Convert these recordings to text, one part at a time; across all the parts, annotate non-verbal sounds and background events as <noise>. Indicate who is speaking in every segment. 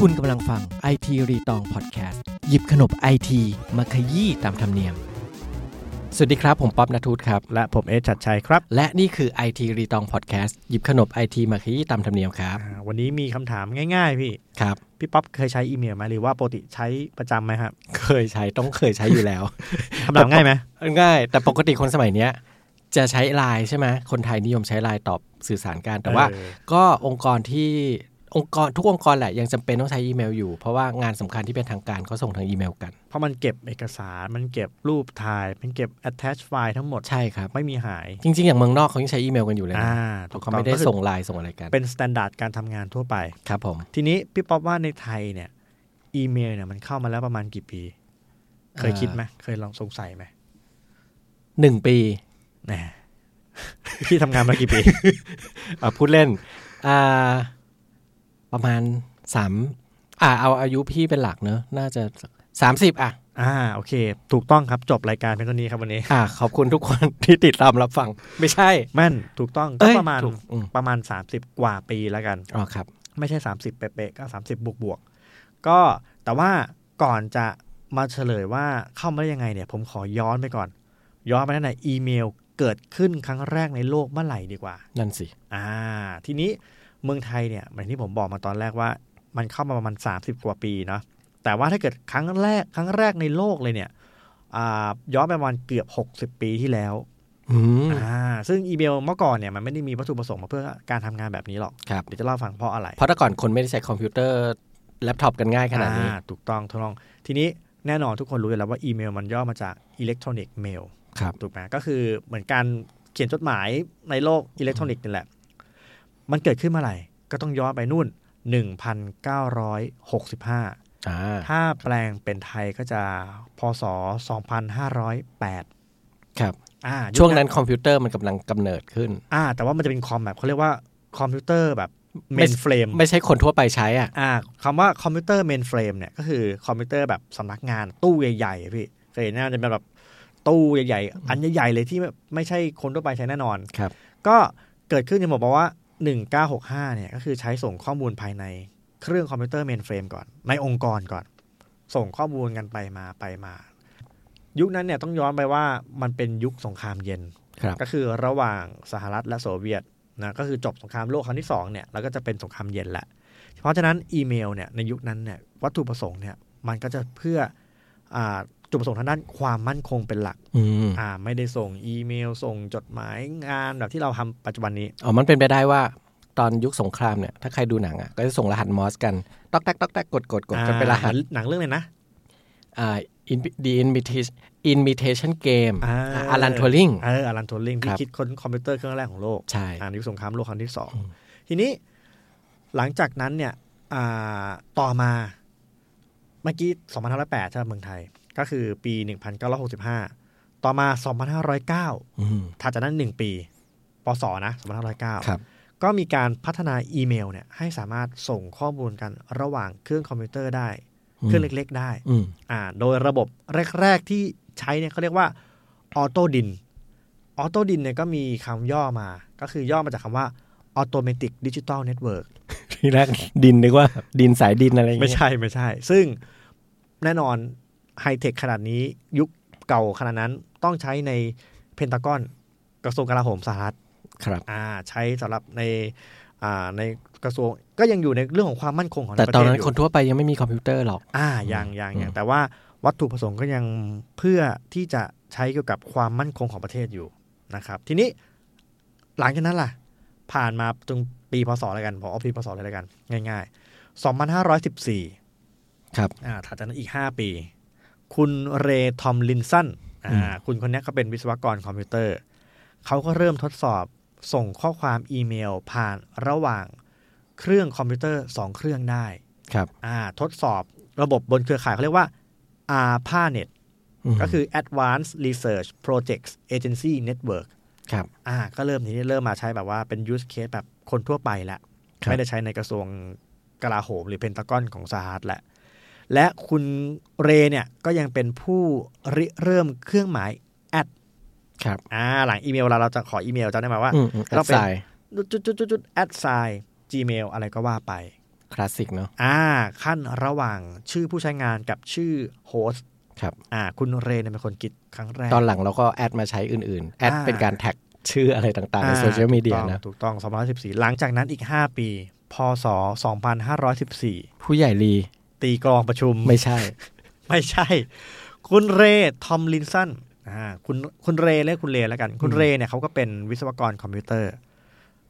Speaker 1: คุณกำลังฟัง IT รีตองพอดแคสต์หยิบขนบไอทีมาขยี้ตามธรรมเนียม สวัสดีครับ ผมป๊อบนทูตครับ
Speaker 2: และผมเอสชัดชัยครับ
Speaker 1: และนี่คือ IT รีตองพอดแคสต์หยิบขนบไอทีมาขยี้ตามธรรมเนียมครับ
Speaker 2: อ่าวันนี้มีคำถามง่ายๆ พี่
Speaker 1: ครับ
Speaker 2: พี่ป๊อปเคยใช้อีเมลไหมหรือว่าปกติใช้ประจำไหมครับ
Speaker 1: เคยใช้ต้องเคยใช้อยู่แล้ว <laughs>
Speaker 2: คำถามง่ายไหม
Speaker 1: ง่าย แต่ปกติคนสมัยเนี้ย จะใช้ไลน์ใช่ไหมคนไทยนิยมใช้ไลน์ตอบสื่อสารกันแต่ว่า
Speaker 2: เออ
Speaker 1: ก็องค์กรที่องค์กรทุกองค์กรแหละยังจำเป็นต้องใช้อีเมลอยู่ เพราะว่างานสำคัญที่เป็นทางการเขาส่งทางอีเมลกัน
Speaker 2: เพราะมันเก็บเอกสารมันเก็บรูปถ่าย มันเก็บ attach ไฟล์ทั้งหมด
Speaker 1: ใช่ครับ
Speaker 2: ไม่มีหาย
Speaker 1: จริง ๆ อย่างเมืองนอกเขายังใช้อีเมลกันอยู่เลยนะ
Speaker 2: อ่า
Speaker 1: ถูกเขาไม่ได้
Speaker 2: ก็คือ
Speaker 1: ส่งไลน์ส่งอะไรกัน
Speaker 2: เป็นสแตนดาร์ดการทำงานทั่วไป
Speaker 1: ครับผม
Speaker 2: ทีนี้พี่ป๊อปว่าในไทยเนี่ยอีเมลเนี่ยมันเข้ามาแล้วประมาณกี่ปี เคยคิดไหมเคยลองสงสัยไหม
Speaker 1: หนึ่งปี
Speaker 2: แหม พี่ทำงานมากี่ปี
Speaker 1: อ่ะพูดเล่นอ่าประมาณสามอ่าเอาอายุพี่เป็นหลักเนอะน่าจะสามสิบอ่ะ
Speaker 2: อ่าโอเค ถูกต้องครับจบรายการเป็นตัวนี้ครับวันนี้
Speaker 1: อ่า ขอบคุณทุกคน <laughs> ที่ติดตามรับฟัง ไม่ใช่
Speaker 2: แม่นถูกต้องก็
Speaker 1: เอ้ย
Speaker 2: ประมาณ
Speaker 1: ถูกอืม
Speaker 2: ประมาณ 30 กว่าปีแล้วกัน
Speaker 1: อ๋อครับ
Speaker 2: ไม่ใช่ 30 เป๊ะๆก็ 30 บวกบวกๆก็แต่ว่าก่อนจะมาเฉลยว่าเข้ามาได้ยังไงเนี่ย ผมขอย้อนไปก่อน ย้อนไปตั้งแต่อีเมลเกิดขึ้นครั้งแรกในโลกเมื่อไหร่ดีกว่า
Speaker 1: นั่นสิ
Speaker 2: อ่า ทีนี้เมืองไทยเนี่ยเหมือนที่ผมบอกมาตอนแรกว่า มันเข้ามาประมาณ 30 กว่าปีเนาะแต่ว่าถ้าเกิดครั้งแรกครั้งแรกในโลกเลยเนี่ยอ่าย้อนไปประมาณเกือบ 60 ปีที่แล้ว
Speaker 1: อืม
Speaker 2: อ่าซึ่งอีเมลเมื่อก่อนเนี่ยมันไม่ได้มีวัตถุประสงค์มาเพื่อการทำงานแบบนี้หรอก
Speaker 1: ครับ
Speaker 2: เดี๋ยวจะเล่าฟังเพราะอะไร
Speaker 1: เพราะแต่ก่อนคนไม่ได้ใช้คอมพิวเตอร์แล็ปท็อปกันง่ายขนาดนี้
Speaker 2: อ่ถูกต้องถูกต้องทีนี้แน่นอนทุกคนรู้อยู่แล้วว่าอีเมลมันย่อมาจากอิเล็กทรอนิกส์เมล
Speaker 1: ครับ
Speaker 2: ถูกไหมก็คือเหมือนการเขียนจดหมายในโลกอิเล็กทรอนิกส์นี่แหละ มันเกิดขึ้นเมื่อไหร่ ก็ต้องย้อนไปนู่น 1965
Speaker 1: อ่า
Speaker 2: ถ้าแปลงเป็นไทยก็จะพศ 2508
Speaker 1: ครับ
Speaker 2: อ่ายุค
Speaker 1: ช่วงนั้นคอมพิวเตอร์มันกำลังกำเนิดขึ้น
Speaker 2: อ่าแต่ว่ามันจะเป็นคอมแบบเขาเรียกว่าคอมพิวเตอร์แบบเม
Speaker 1: ไม่
Speaker 2: นเฟรม
Speaker 1: ไม่ใช่คนทั่วไปใช้อ่ะ
Speaker 2: อ่าคำว่าคอมพิวเตอร์เมนเฟรมเนี่ยก็คือคอมพิวเตอร์แบบสำนักงานตู้ใหญ่ๆอะพี่เคยเห็นหน้าจะเป็นแบบตู้ใหญ่ๆ อันใหญ่ๆเลยที่แบบไม่ใช่คนทั่วไปใช้แน่นอน
Speaker 1: ครับ
Speaker 2: ก็เกิดขึ้นจะบอกว่า 1965เนี่ยก็คือใช้ส่งข้อมูลภายในเครื่องคอมพิวเตอร์เมนเฟรมก่อน ในองค์กรก่อน ส่งข้อมูลกันไปมาไปมา ยุคนั้นเนี่ยต้องย้อนไปว่ามันเป็นยุคสงครามเย็น
Speaker 1: ครับ
Speaker 2: ก็คือระหว่างสหรัฐและโซเวียตนะก็คือจบสงครามโลกครั้งที่2เนี่ยแล้วก็จะเป็นสงครามเย็นแหละเพราะฉะนั้นอีเมลเนี่ยในยุคนั้นเนี่ยวัตถุประสงค์เนี่ยมันก็จะเพื่ออาจุดประสงค์ทางด้านความมั่นคงเป็นหลัก
Speaker 1: อืม
Speaker 2: อ่าไม่ได้ส่งอีเมล ส่งจดหมายงานแบบที่เราทำปัจจุบันนี้
Speaker 1: อ๋อ มันเป็นไปได้ว่าตอนยุคสงครามเนี่ย ถ้าใครดูหนังอ่ะ ก็จะส่งรหัสมอสกัน ตอกแตกตอกแตกกดกดกดจนเป็นรหัส
Speaker 2: หนังเรื่องเลยนะ
Speaker 1: อ่า in- the invitation invitation game
Speaker 2: อ่า
Speaker 1: อารันทัวริง
Speaker 2: เอออลันโทลิง
Speaker 1: ค
Speaker 2: ที่
Speaker 1: รับ
Speaker 2: คิดค้นคอมพิวเตอร์เครื่องแรกของโลก
Speaker 1: ใช่
Speaker 2: อ่าในยุคสงครามโลกครั้งที่สอง
Speaker 1: อืม
Speaker 2: ทีนี้หลังจากนั้นเนี่ยอ่าต่อมาเมื่อกี้2508ใช่ไหมเมืองไทย ก็คือปี 1965 ต่อมา 2509
Speaker 1: อืม
Speaker 2: ถัดจากนั้น 1 ปีปศนะ2509
Speaker 1: ครับ
Speaker 2: ก็มีการพัฒนาอีเมลเนี่ยให้สามารถส่งข้อมูลกันระหว่างเครื่องคอมพิวเตอร์ได้ เครื่องเล็กๆได้
Speaker 1: อืม
Speaker 2: อ่าโดยระบบแรก ๆ ที่ใช้เนี่ยเขาเรียกว่าออโต้ดินออโต้ดินเนี่ยก็มีคำย่อมา ก็คือย่อมาจากคำว่า Automatic Digital Network
Speaker 1: ทีแรกดินนึกว่า ดินสายดินอะไรอย่าง
Speaker 2: ไม่
Speaker 1: เงี้ย
Speaker 2: ใช่ไม่ใช่ ซึ่งแน่นอนไฮเทคขนาดนี้ยุคเก่าขนาดนั้นต้องใช้ในเพนทากอนกระทรวงกลาโหมสหรัฐ
Speaker 1: ครับ
Speaker 2: อ่าใช้สำหรับในอ่าในกระทรวงก็ยังอยู่ในเรื่องของความมั่นคงของ
Speaker 1: แต่
Speaker 2: ประ
Speaker 1: ต
Speaker 2: เท
Speaker 1: อน
Speaker 2: ศ
Speaker 1: นั้น
Speaker 2: ยู่
Speaker 1: คนทั่วไปยังไม่มีคอมพิวเตอร์หรอก
Speaker 2: อ่ายังยัง
Speaker 1: อืม
Speaker 2: ยังแต่ว่าวัตถุประสงค์ก็ยังเพื่อที่จะใช้เกี่ยวกับความมั่นคงของประเทศอยู่นะครับ ทีนี้หลังจากนั้นล่ะ ผ่านมาจนปีพศอะไรกันผมเอาปีพศเลยแล้วกัน ง่ายๆ 2514
Speaker 1: ครับ
Speaker 2: อ่าถัดจากนั้นอีก 5 ปี คุณเรย์ทอมลินสัน
Speaker 1: อื
Speaker 2: อ่าม คุณคนนี้ก็เป็นวิศวกรคอมพิวเตอร์ เขาก็เริ่มทดสอบส่งข้อความอีเมลผ่านระหว่างเครื่องคอมพิวเตอร์สองเครื่องได้
Speaker 1: ครับ
Speaker 2: อ่าทดสอบระบบบนเครือข่ายเขาเรียกว่า ARPANET
Speaker 1: ม
Speaker 2: ก็คือ Advanced Research Projects Agency Network
Speaker 1: ครับ
Speaker 2: อ่าก็เริ่มทีนี้เริ่มมาใช้แบบว่าเป็น use case แบบคนทั่วไปละ
Speaker 1: ครับ
Speaker 2: ไม่ได้ใช้ในกระทรวงกลาโหมหรือเพนตากอนของสหรัฐแหละ และคุณเรเนี่ยก็ยังเป็นผู้ริเริ่มเครื่องหมาย
Speaker 1: ครับ
Speaker 2: อ่าหลังอีเมลเราเราจะขออีเมลจะได้ไหมว่า
Speaker 1: อืมอืม
Speaker 2: เราเป็น
Speaker 1: สาย
Speaker 2: จุดจุดจุดจุด at sign gmail อะไรก็ว่าไป
Speaker 1: คลาสสิกเนาะ
Speaker 2: อ่าขั้นระหว่างชื่อผู้ใช้งานกับชื่อโฮสต์
Speaker 1: ครับ
Speaker 2: อ่า คุณเรนเนี่ยเป็นคนคิดครั้งแรก
Speaker 1: ตอนหลังเราก็แอดมาใช้อื่นๆ แอด
Speaker 2: อ่า
Speaker 1: เป็นการแท็กชื่ออะไรต่างๆ ใน
Speaker 2: อ่า
Speaker 1: โซเชียลมีเดียนะ
Speaker 2: ถูกต้องถูกต้อง214 หลังจากนั้นอีก 5 ปี พศ 2514
Speaker 1: ผู้ใหญ่ลี
Speaker 2: ตีกรองประชุม
Speaker 1: ไม่ใช่
Speaker 2: ไม่ใช่ คุณเรย์ทอมลินสันอ่าคุณคุณเรย์เรียกคุณเรย์แล้วกัน คุณ
Speaker 1: อืม
Speaker 2: เรย์เนี่ยเขาก็เป็นวิศวกรคอมพิวเตอร์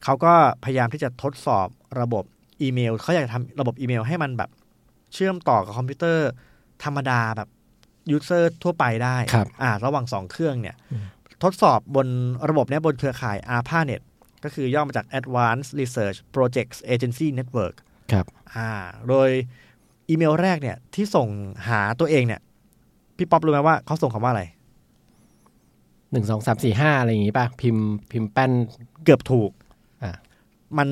Speaker 2: เขาก็พยายามที่จะทดสอบระบบอีเมล เขาอยากทำระบบอีเมลให้มันแบบ เชื่อมต่อกับคอมพิวเตอร์ธรรมดาแบบยูเซอร์ทั่วไปได้
Speaker 1: ครับ
Speaker 2: อ่าระหว่างสองเครื่องเนี่ย
Speaker 1: อืม
Speaker 2: ทดสอบบนระบบเนี้ยบนเครือข่าย a r p a n e t ก็คือย่อมาจาก Advanced Research Projects Agency Network
Speaker 1: ครับ
Speaker 2: อ่า โดยอีเมลแรกเนี่ย ที่ส่งหาตัวเองเนี่ย พี่ป๊อปรู้ไหมว่าเขาส่งคำว่าอะไร
Speaker 1: หนึ่งสองสามสี่ห้าอะไรอย่างงี้ป่ะ พิมพ์พิมพ์แป้น
Speaker 2: เกือบถูก
Speaker 1: อ่า
Speaker 2: มัน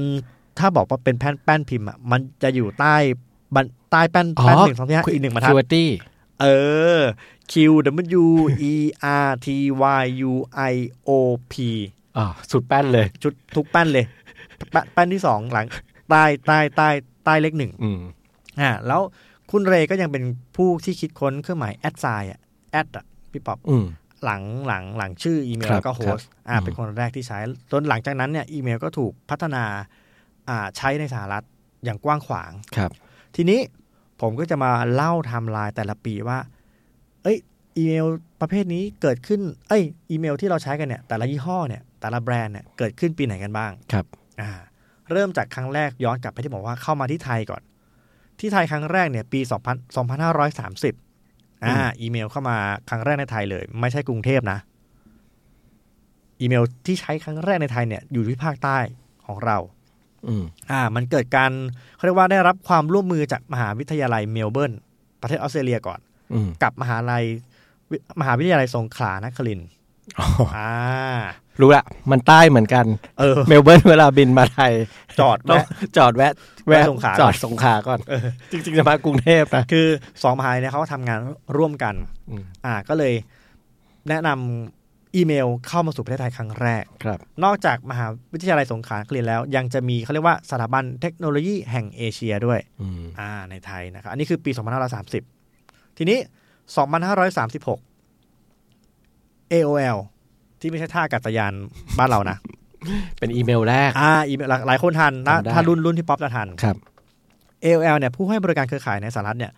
Speaker 2: ถ้าบอกว่าเป็นแป้นแป้นพิมพ์อ่ะมันจะอยู่ใต้บันใต้แป้นแป้นหนึ่งสองที่ห้าอีกหนึ่งบรรทัด
Speaker 1: คิวตี้
Speaker 2: เออ Q W E R T Y U I O P
Speaker 1: อ๋อสุดแป้นเลย
Speaker 2: ชุดทุกแป้นเลยแป้นแป้นที่สองหลังใต้ใต้ใต้ใต้เลขหนึ่ง
Speaker 1: อืม
Speaker 2: อ่าแล้วคุณเรย์ก็ยังเป็นผู้ที่คิดค้นเครื่องหมายแอดไซน์อะแอดอะพี่ป๊อป
Speaker 1: อืม
Speaker 2: หลังหลังหลังชื่ออีเมล
Speaker 1: ครับ
Speaker 2: แล้วก็โฮสต์อ่า
Speaker 1: อืม
Speaker 2: เป็นคนแรกที่ใช้จนหลังจากนั้นเนี่ยอีเมลก็ถูกพัฒนาอ่าใช้ในสหรัฐอย่างกว้างขวาง
Speaker 1: ครับ
Speaker 2: ทีนี้ผมก็จะมาเล่าไทม์ไลน์แต่ละปีว่า เอ้ย อีเมลประเภทนี้เกิดขึ้น เอ้ย อีเมลที่เราใช้กันเนี่ย แต่ละยี่ห้อเนี่ย แต่ละแบรนด์เนี่ย เกิดขึ้นปีไหนกันบ้าง
Speaker 1: ครับ
Speaker 2: อ่า เริ่มจากครั้งแรกย้อนกลับไปที่บอกว่าเข้ามาที่ไทยก่อน ที่ไทยครั้งแรกเนี่ย ปี2000 2530 อ่า อีเมลเข้ามาครั้งแรกในไทยเลย ไม่ใช่กรุงเทพนะ อีเมลที่ใช้ครั้งแรกในไทยเนี่ยอยู่ที่ภาคใต้ของเรา
Speaker 1: อืม
Speaker 2: อ่ามันเกิดการเขาเรียกว่าได้รับความร่วมมือจากมหาวิทยาลัยเมลเบิร์นประเทศออสเตรเลียก่อน
Speaker 1: อืม
Speaker 2: กับมหาลัยวิมหาวิทยาลัยสงขลานครินทร์
Speaker 1: อ๋อ
Speaker 2: อ่า
Speaker 1: รู้ละ มันใต้เหมือน <laughs> กัน
Speaker 2: เออ
Speaker 1: เมลเบิร์นเวลาบินมาไทย
Speaker 2: จอด
Speaker 1: ต้อง
Speaker 2: แวะ
Speaker 1: จอดแวะ
Speaker 2: แวะสงขลาก่อน
Speaker 1: จอดสงขลาก่อน จริงๆจะมากรุงเทพนะ
Speaker 2: คือสองมหาลัยเนี่ยเขาทำงานร่วมกัน
Speaker 1: อืม
Speaker 2: อ่าก็เลยแนะนำอีเมลเข้ามาสู่ประเทศไทยครั้งแรก
Speaker 1: ครับ
Speaker 2: นอกจากมหาวิทยาลัยสงขลานครินทร์แล้ว ยังจะมีเขาเรียกว่าสถาบันเทคโนโลยีแห่งเอเชียด้วย
Speaker 1: อืม
Speaker 2: อ่าในไทยนะครับอันนี้คือปี 2530 ทีนี้ 2536 AOL ที่ไม่ใช่ท่าอากาศยาน <laughs> บ้านเรานะ
Speaker 1: เป็นอีเมลแรก
Speaker 2: อ่าอีกหลายหลายคนทันนะ
Speaker 1: จำได้
Speaker 2: ถ้ารุ่นรุ่นที่ป๊อปจะทัน
Speaker 1: ครับ
Speaker 2: AOL เนี่ยผู้ให้บริการเครือข่ายในสหรัฐเนี่ย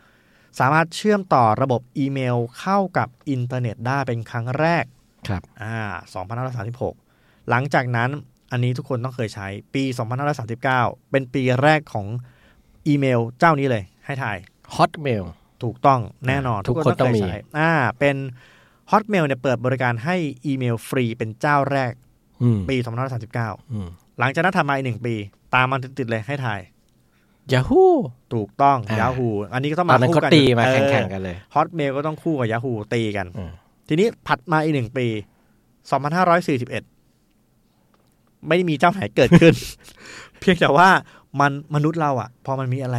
Speaker 2: สามารถเชื่อมต่อระบบอีเมลเข้ากับอินเทอร์เน็ตได้เป็นครั้งแรก
Speaker 1: ครับ
Speaker 2: อ่า2536 หลังจากนั้นอันนี้ทุกคนต้องเคยใช้ปี 2539 เป็นปีแรกของอีเมลเจ้านี้เลยให้ทาย
Speaker 1: ฮอตเมล
Speaker 2: ถูกต้องแน่นอน
Speaker 1: ทุกคนต้องมี
Speaker 2: เยใช้อ่า เป็น Hotmail เนี่ยเปิดบริการให้อีเมลฟรีเป็นเจ้าแรก
Speaker 1: อืม
Speaker 2: ปี2539
Speaker 1: อืม
Speaker 2: หลังจากนั้นทำมาอีกหนึ่งปี ตามมันติดๆเลยให้ถ่าย
Speaker 1: ยาฮู
Speaker 2: ถูกต้อง
Speaker 1: อ่า
Speaker 2: Yahoo อันนี้ก็ต้อง
Speaker 1: ตอ
Speaker 2: มาน
Speaker 1: นั้น
Speaker 2: คู่
Speaker 1: เขา
Speaker 2: กัน
Speaker 1: ตีมาแข่งๆกันเลย
Speaker 2: ฮอตเมลก็ต้องคู่กับ Yahoo ตีกัน
Speaker 1: อืม
Speaker 2: ทีนี้ผัดมาอีกหนึ่งปี 2541 ไม่ได้มีเจ้าไหนเกิดขึ้น <laughs> เพียงแต่ว่ามันมนุษย์เราอ่ะ พอมันมีอะไร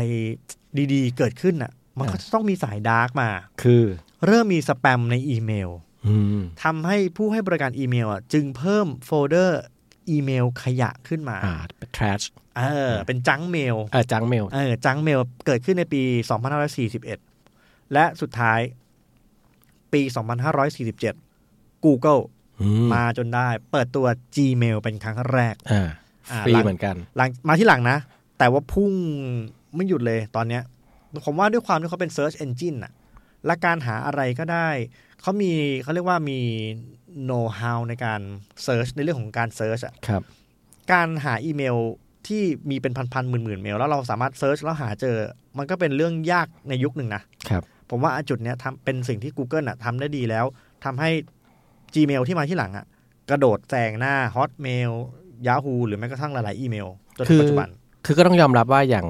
Speaker 2: ดีๆ เกิดขึ้นอ่ะ มันก็จะต้องมีสายดาร์กมา
Speaker 1: คือ
Speaker 2: เริ่มมีสแปมในอีเมล
Speaker 1: อืม
Speaker 2: ทำให้ผู้ให้บริการอีเมลอ่ะจึงเพิ่มโฟลเดอร์อีเมลขยะขึ้นมา
Speaker 1: อ่าเป็น trash
Speaker 2: เออเป็นจังเมล
Speaker 1: เออจังเมล
Speaker 2: เออจังเมลเกิดขึ้นในปี 2541 และสุดท้ายปี 2547 Google
Speaker 1: อืม
Speaker 2: มาจนได้ เปิดตัว Gmail เป็นครั้งแรก
Speaker 1: อ่า
Speaker 2: อ่า
Speaker 1: ฟรี
Speaker 2: หลัง
Speaker 1: เหมือนกัน
Speaker 2: หลังมาที่หลังนะ แต่ว่าพุ่งไม่หยุดเลยตอนเนี้ย ผมว่าด้วยความที่เขาเป็น Search Engine น่ะ และการหาอะไรก็ได้ เขามีเขาเรียกว่ามี know how ในการ Search ในเรื่องของการ Search อ่ะ
Speaker 1: ครับ
Speaker 2: การหาอีเมลที่มีเป็นพันๆหมื่นๆเมล แล้วเราสามารถ Search แล้วหาเจอ มันก็เป็นเรื่องยากในยุคหนึ่งนะ
Speaker 1: ครับ
Speaker 2: ผมว่าจุดเนี้ยทำเป็นสิ่งที่ Google น่ะทำได้ดีแล้วทำให้ Gmail ที่มาที่หลังอ่ะ กระโดดแซงหน้า Hotmail Yahoo หรือแม้กระทั่งหลายๆอีเมลจนถึงปัจจุบัน
Speaker 1: คือก็ต้องยอมรับว่าอย่าง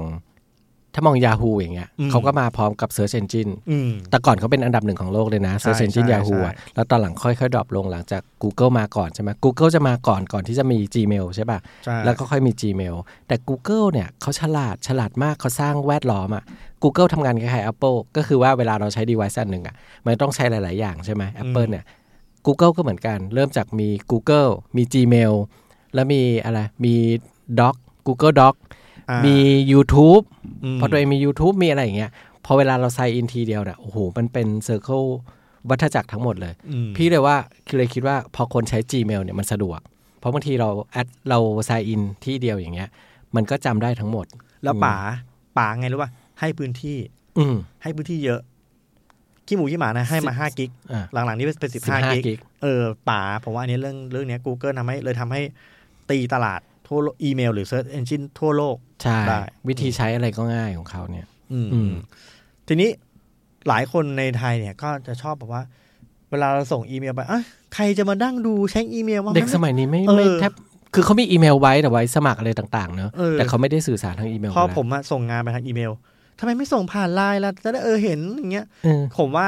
Speaker 1: ถ้ามอง Yahoo อย่างเงี้ย
Speaker 2: อืม
Speaker 1: เขาก็มาพร้อมกับ Search Engine
Speaker 2: อืม
Speaker 1: แต่ก่อนเขาเป็นอันดับหนึ่งของโลกเลยนะ Search
Speaker 2: ใช่
Speaker 1: Engine
Speaker 2: ใช่
Speaker 1: Yahoo อะ
Speaker 2: ใช่
Speaker 1: แล้วตอนหลังค่อยๆดรอปลงหลังจาก Google มาก่อนใช่ไหม Google จะมาก่อนก่อนที่จะมี Gmail ใช่ป่ะ
Speaker 2: ใช่
Speaker 1: แล้วก็ค่อยมี Gmail แต่ Google เนี่ยเขาฉลาดฉลาดมากเขาสร้างแวดล้อมอะ Google ทำงานคล้ายๆ Apple ก็คือว่าเวลาเราใช้ device อันหนึ่งอะมันต้องใช้หลาย ๆ อย่างใช่ไหม Apple
Speaker 2: อืม
Speaker 1: เนี่ย Google ก็เหมือนกัน เริ่มจากมี Google มี Gmail แล้วมีอะไร มี Doc Google Doc
Speaker 2: อ่ามี
Speaker 1: มี YouTube
Speaker 2: ม
Speaker 1: พอตัวเองมี YouTube มีอะไรอย่างเงี้ยพอเวลาเราไซน์อินทีเดียวเนี่ยโอ้โหมันเป็นเซอร์เคิลวัฏจักรทั้งหมดเลย
Speaker 2: อืม
Speaker 1: พี่เลยว่าคือเลยคิดว่าพอคนใช้ Gmail เนี่ยมันสะดวก เพราะบางทีเราแอดเราไซน์อินที่เดียวอย่างเงี้ย มันก็จำได้ทั้งหมด
Speaker 2: แล้วป๋าป๋าไงรู้ป่ะให้พื้นที่
Speaker 1: อืม
Speaker 2: ให้พื้นที่เยอะขี้หมูขี้หมานะให้
Speaker 1: สิ
Speaker 2: มา
Speaker 1: บ
Speaker 2: ห้ากิก
Speaker 1: อ่า
Speaker 2: หลังๆนี้เป็นสิบห้ากิก
Speaker 1: กิก
Speaker 2: เออป๋าผมว่าอันนี้เรื่องเรื่องเนี้ย Google ทำให้เลยทำให้ตีตลาดทั่วโลกอีเมลหรือ Search Engine ทั่วโลก
Speaker 1: ใช่
Speaker 2: ได้
Speaker 1: วิธีใช้อะไรก็ง่ายของเขาเนี่ย
Speaker 2: อืม
Speaker 1: อืม
Speaker 2: ทีนี้หลายคนในไทยเนี่ยก็จะชอบแบบว่า เวลาเราส่งอีเมลไปเอ้ยใครจะมาดั้งดูเช็คอีเมลว่า
Speaker 1: เด็กสมัยนี้ไม่
Speaker 2: เออ
Speaker 1: ไม่แทบคือเขามีอีเมลไว้แต่ไว้สมัครอะไรต่างๆเนอะ
Speaker 2: เออ
Speaker 1: แต่เขาไม่ได้สื่อสารทางอีเมล
Speaker 2: พอ
Speaker 1: แล้ว
Speaker 2: ผมอะส่งงานไปทางอีเมลทำไมไม่ส่งผ่านไลน์ล่ะจะได้เออเห็นอย่างเงี้ย
Speaker 1: เออ
Speaker 2: ผมว่า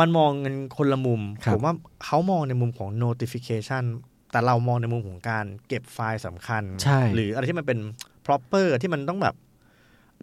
Speaker 2: มันมองกันคนละมุม
Speaker 1: ครับ
Speaker 2: ผมว่าเขามองในมุมของ notification แต่เรามองในมุมของการเก็บไฟล์สำคัญ
Speaker 1: ใช่
Speaker 2: หรืออะไรที่มันเป็น proper ที่มันต้องแบบ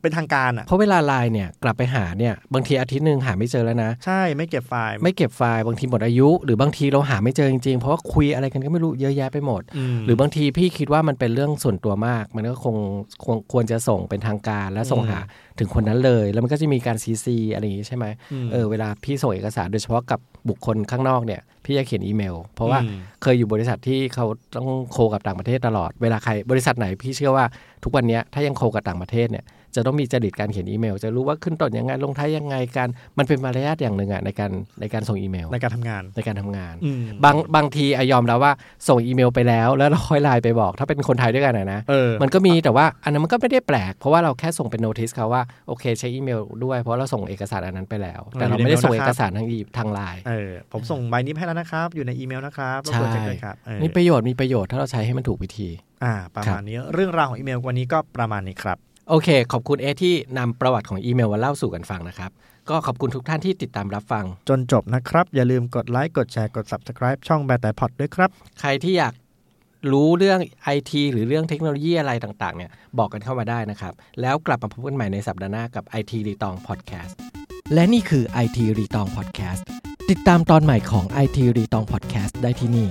Speaker 2: เป็นทางการอ่ะ
Speaker 1: เพราะเวลาไลน์เนี่ยกลับไปหาเนี่ยบางทีอาทิตย์หนึ่งหาไม่เจอแล้วนะ
Speaker 2: ใช่ไม่เก็บไฟล์
Speaker 1: ไม่เก็บไฟล์บางทีหมดอายุ หรือบางทีเราหาไม่เจอจริงๆ เพราะว่าคุยอะไรกันก็ไม่รู้เยอะแยะไปหมด
Speaker 2: ม
Speaker 1: หรือบางทีพี่คิดว่ามันเป็นเรื่องส่วนตัวมาก มันก็คงคงควรจะส่งเป็นทางการและส่งหาถึงคนนั้นเลย แล้วมันก็จะมีการซีซีอะไรอย่างงี้ใช่ไหม
Speaker 2: ม
Speaker 1: เออเวลาพี่ส่งเอกสารโดยเฉพาะกับบุคคลข้างนอกเนี่ยพี่จะเขียนอีเมล เพราะว่า
Speaker 2: อืม
Speaker 1: เคยอยู่บริษัทที่เขาต้องโคกับต่างประเทศตลอด เวลาใครบริษัทไหนพี่เชื่อว่าทุกวันเนี้ยถ้ายังโคกับต่างประเทศเนี่ยจะต้องมีจริตการเขียนอีเมล จะรู้ว่าขึ้นต้นยังไงลงท้ายยังไงการมันเป็นมารยาทอย่างหนึ่งอะในการในการส่งอีเมล
Speaker 2: ในการทำงาน
Speaker 1: ในการทำงาน
Speaker 2: อืม
Speaker 1: บางบางทีอะยอมแล้วว่าส่งอีเมลไปแล้วแล้วเราค่อยไลน์ไปบอก ถ้าเป็นคนไทยด้วยกันอะนะ
Speaker 2: เออ
Speaker 1: มันก็มีแต่ว่าอันนั้นมันก็ไม่ได้แปลก เพราะว่าเราแค่ส่งเป็นโนติสเขาว่าโอเคเช็คอีเมลด้วยเพราะเราส่งเอกสารอันนั้นไปแล้ว แต่เราไม่ได้ส่งเอกสารทางอีทางไลน์
Speaker 2: เออผมส่งใบนี้ให้แล้วนะครับ อยู่ในอีเมลนะครับรบกวน
Speaker 1: ใช่
Speaker 2: เช็คด้วยครับเออ
Speaker 1: นี่ประโยชน์มีประโยชน์ถ้าเราใช้ให้มันถูกวิธี
Speaker 2: อ่า ประมาณนี้เรื่องราวของอีเมลวันนี้ก็ประมาณนี้ครับ
Speaker 1: โอเค ขอบคุณเอที่นำประวัติของอีเมลมาเล่าสู่กันฟังนะครับ ก็ขอบคุณทุกท่านที่ติดตามรับฟัง
Speaker 2: จนจบนะครับ อย่าลืมกดไลค์กดแชร์กด subscribe ช่องแบแต่พอดด้วยครับ
Speaker 1: ใครที่อยากรู้เรื่อง IT หรือเรื่องเทคโนโลยีอะไรต่างๆ เนี่ย บอกกันเข้ามาได้นะครับ แล้วกลับมาพบกันใหม่ในสัปดาห์หน้ากับ IT รีตองพอดแคสต์และนี่คือ IT รีตองพอดแคสต์ติดตามตอนใหม่ของ IT รีตองพอดแคสต์ได้ที่นี่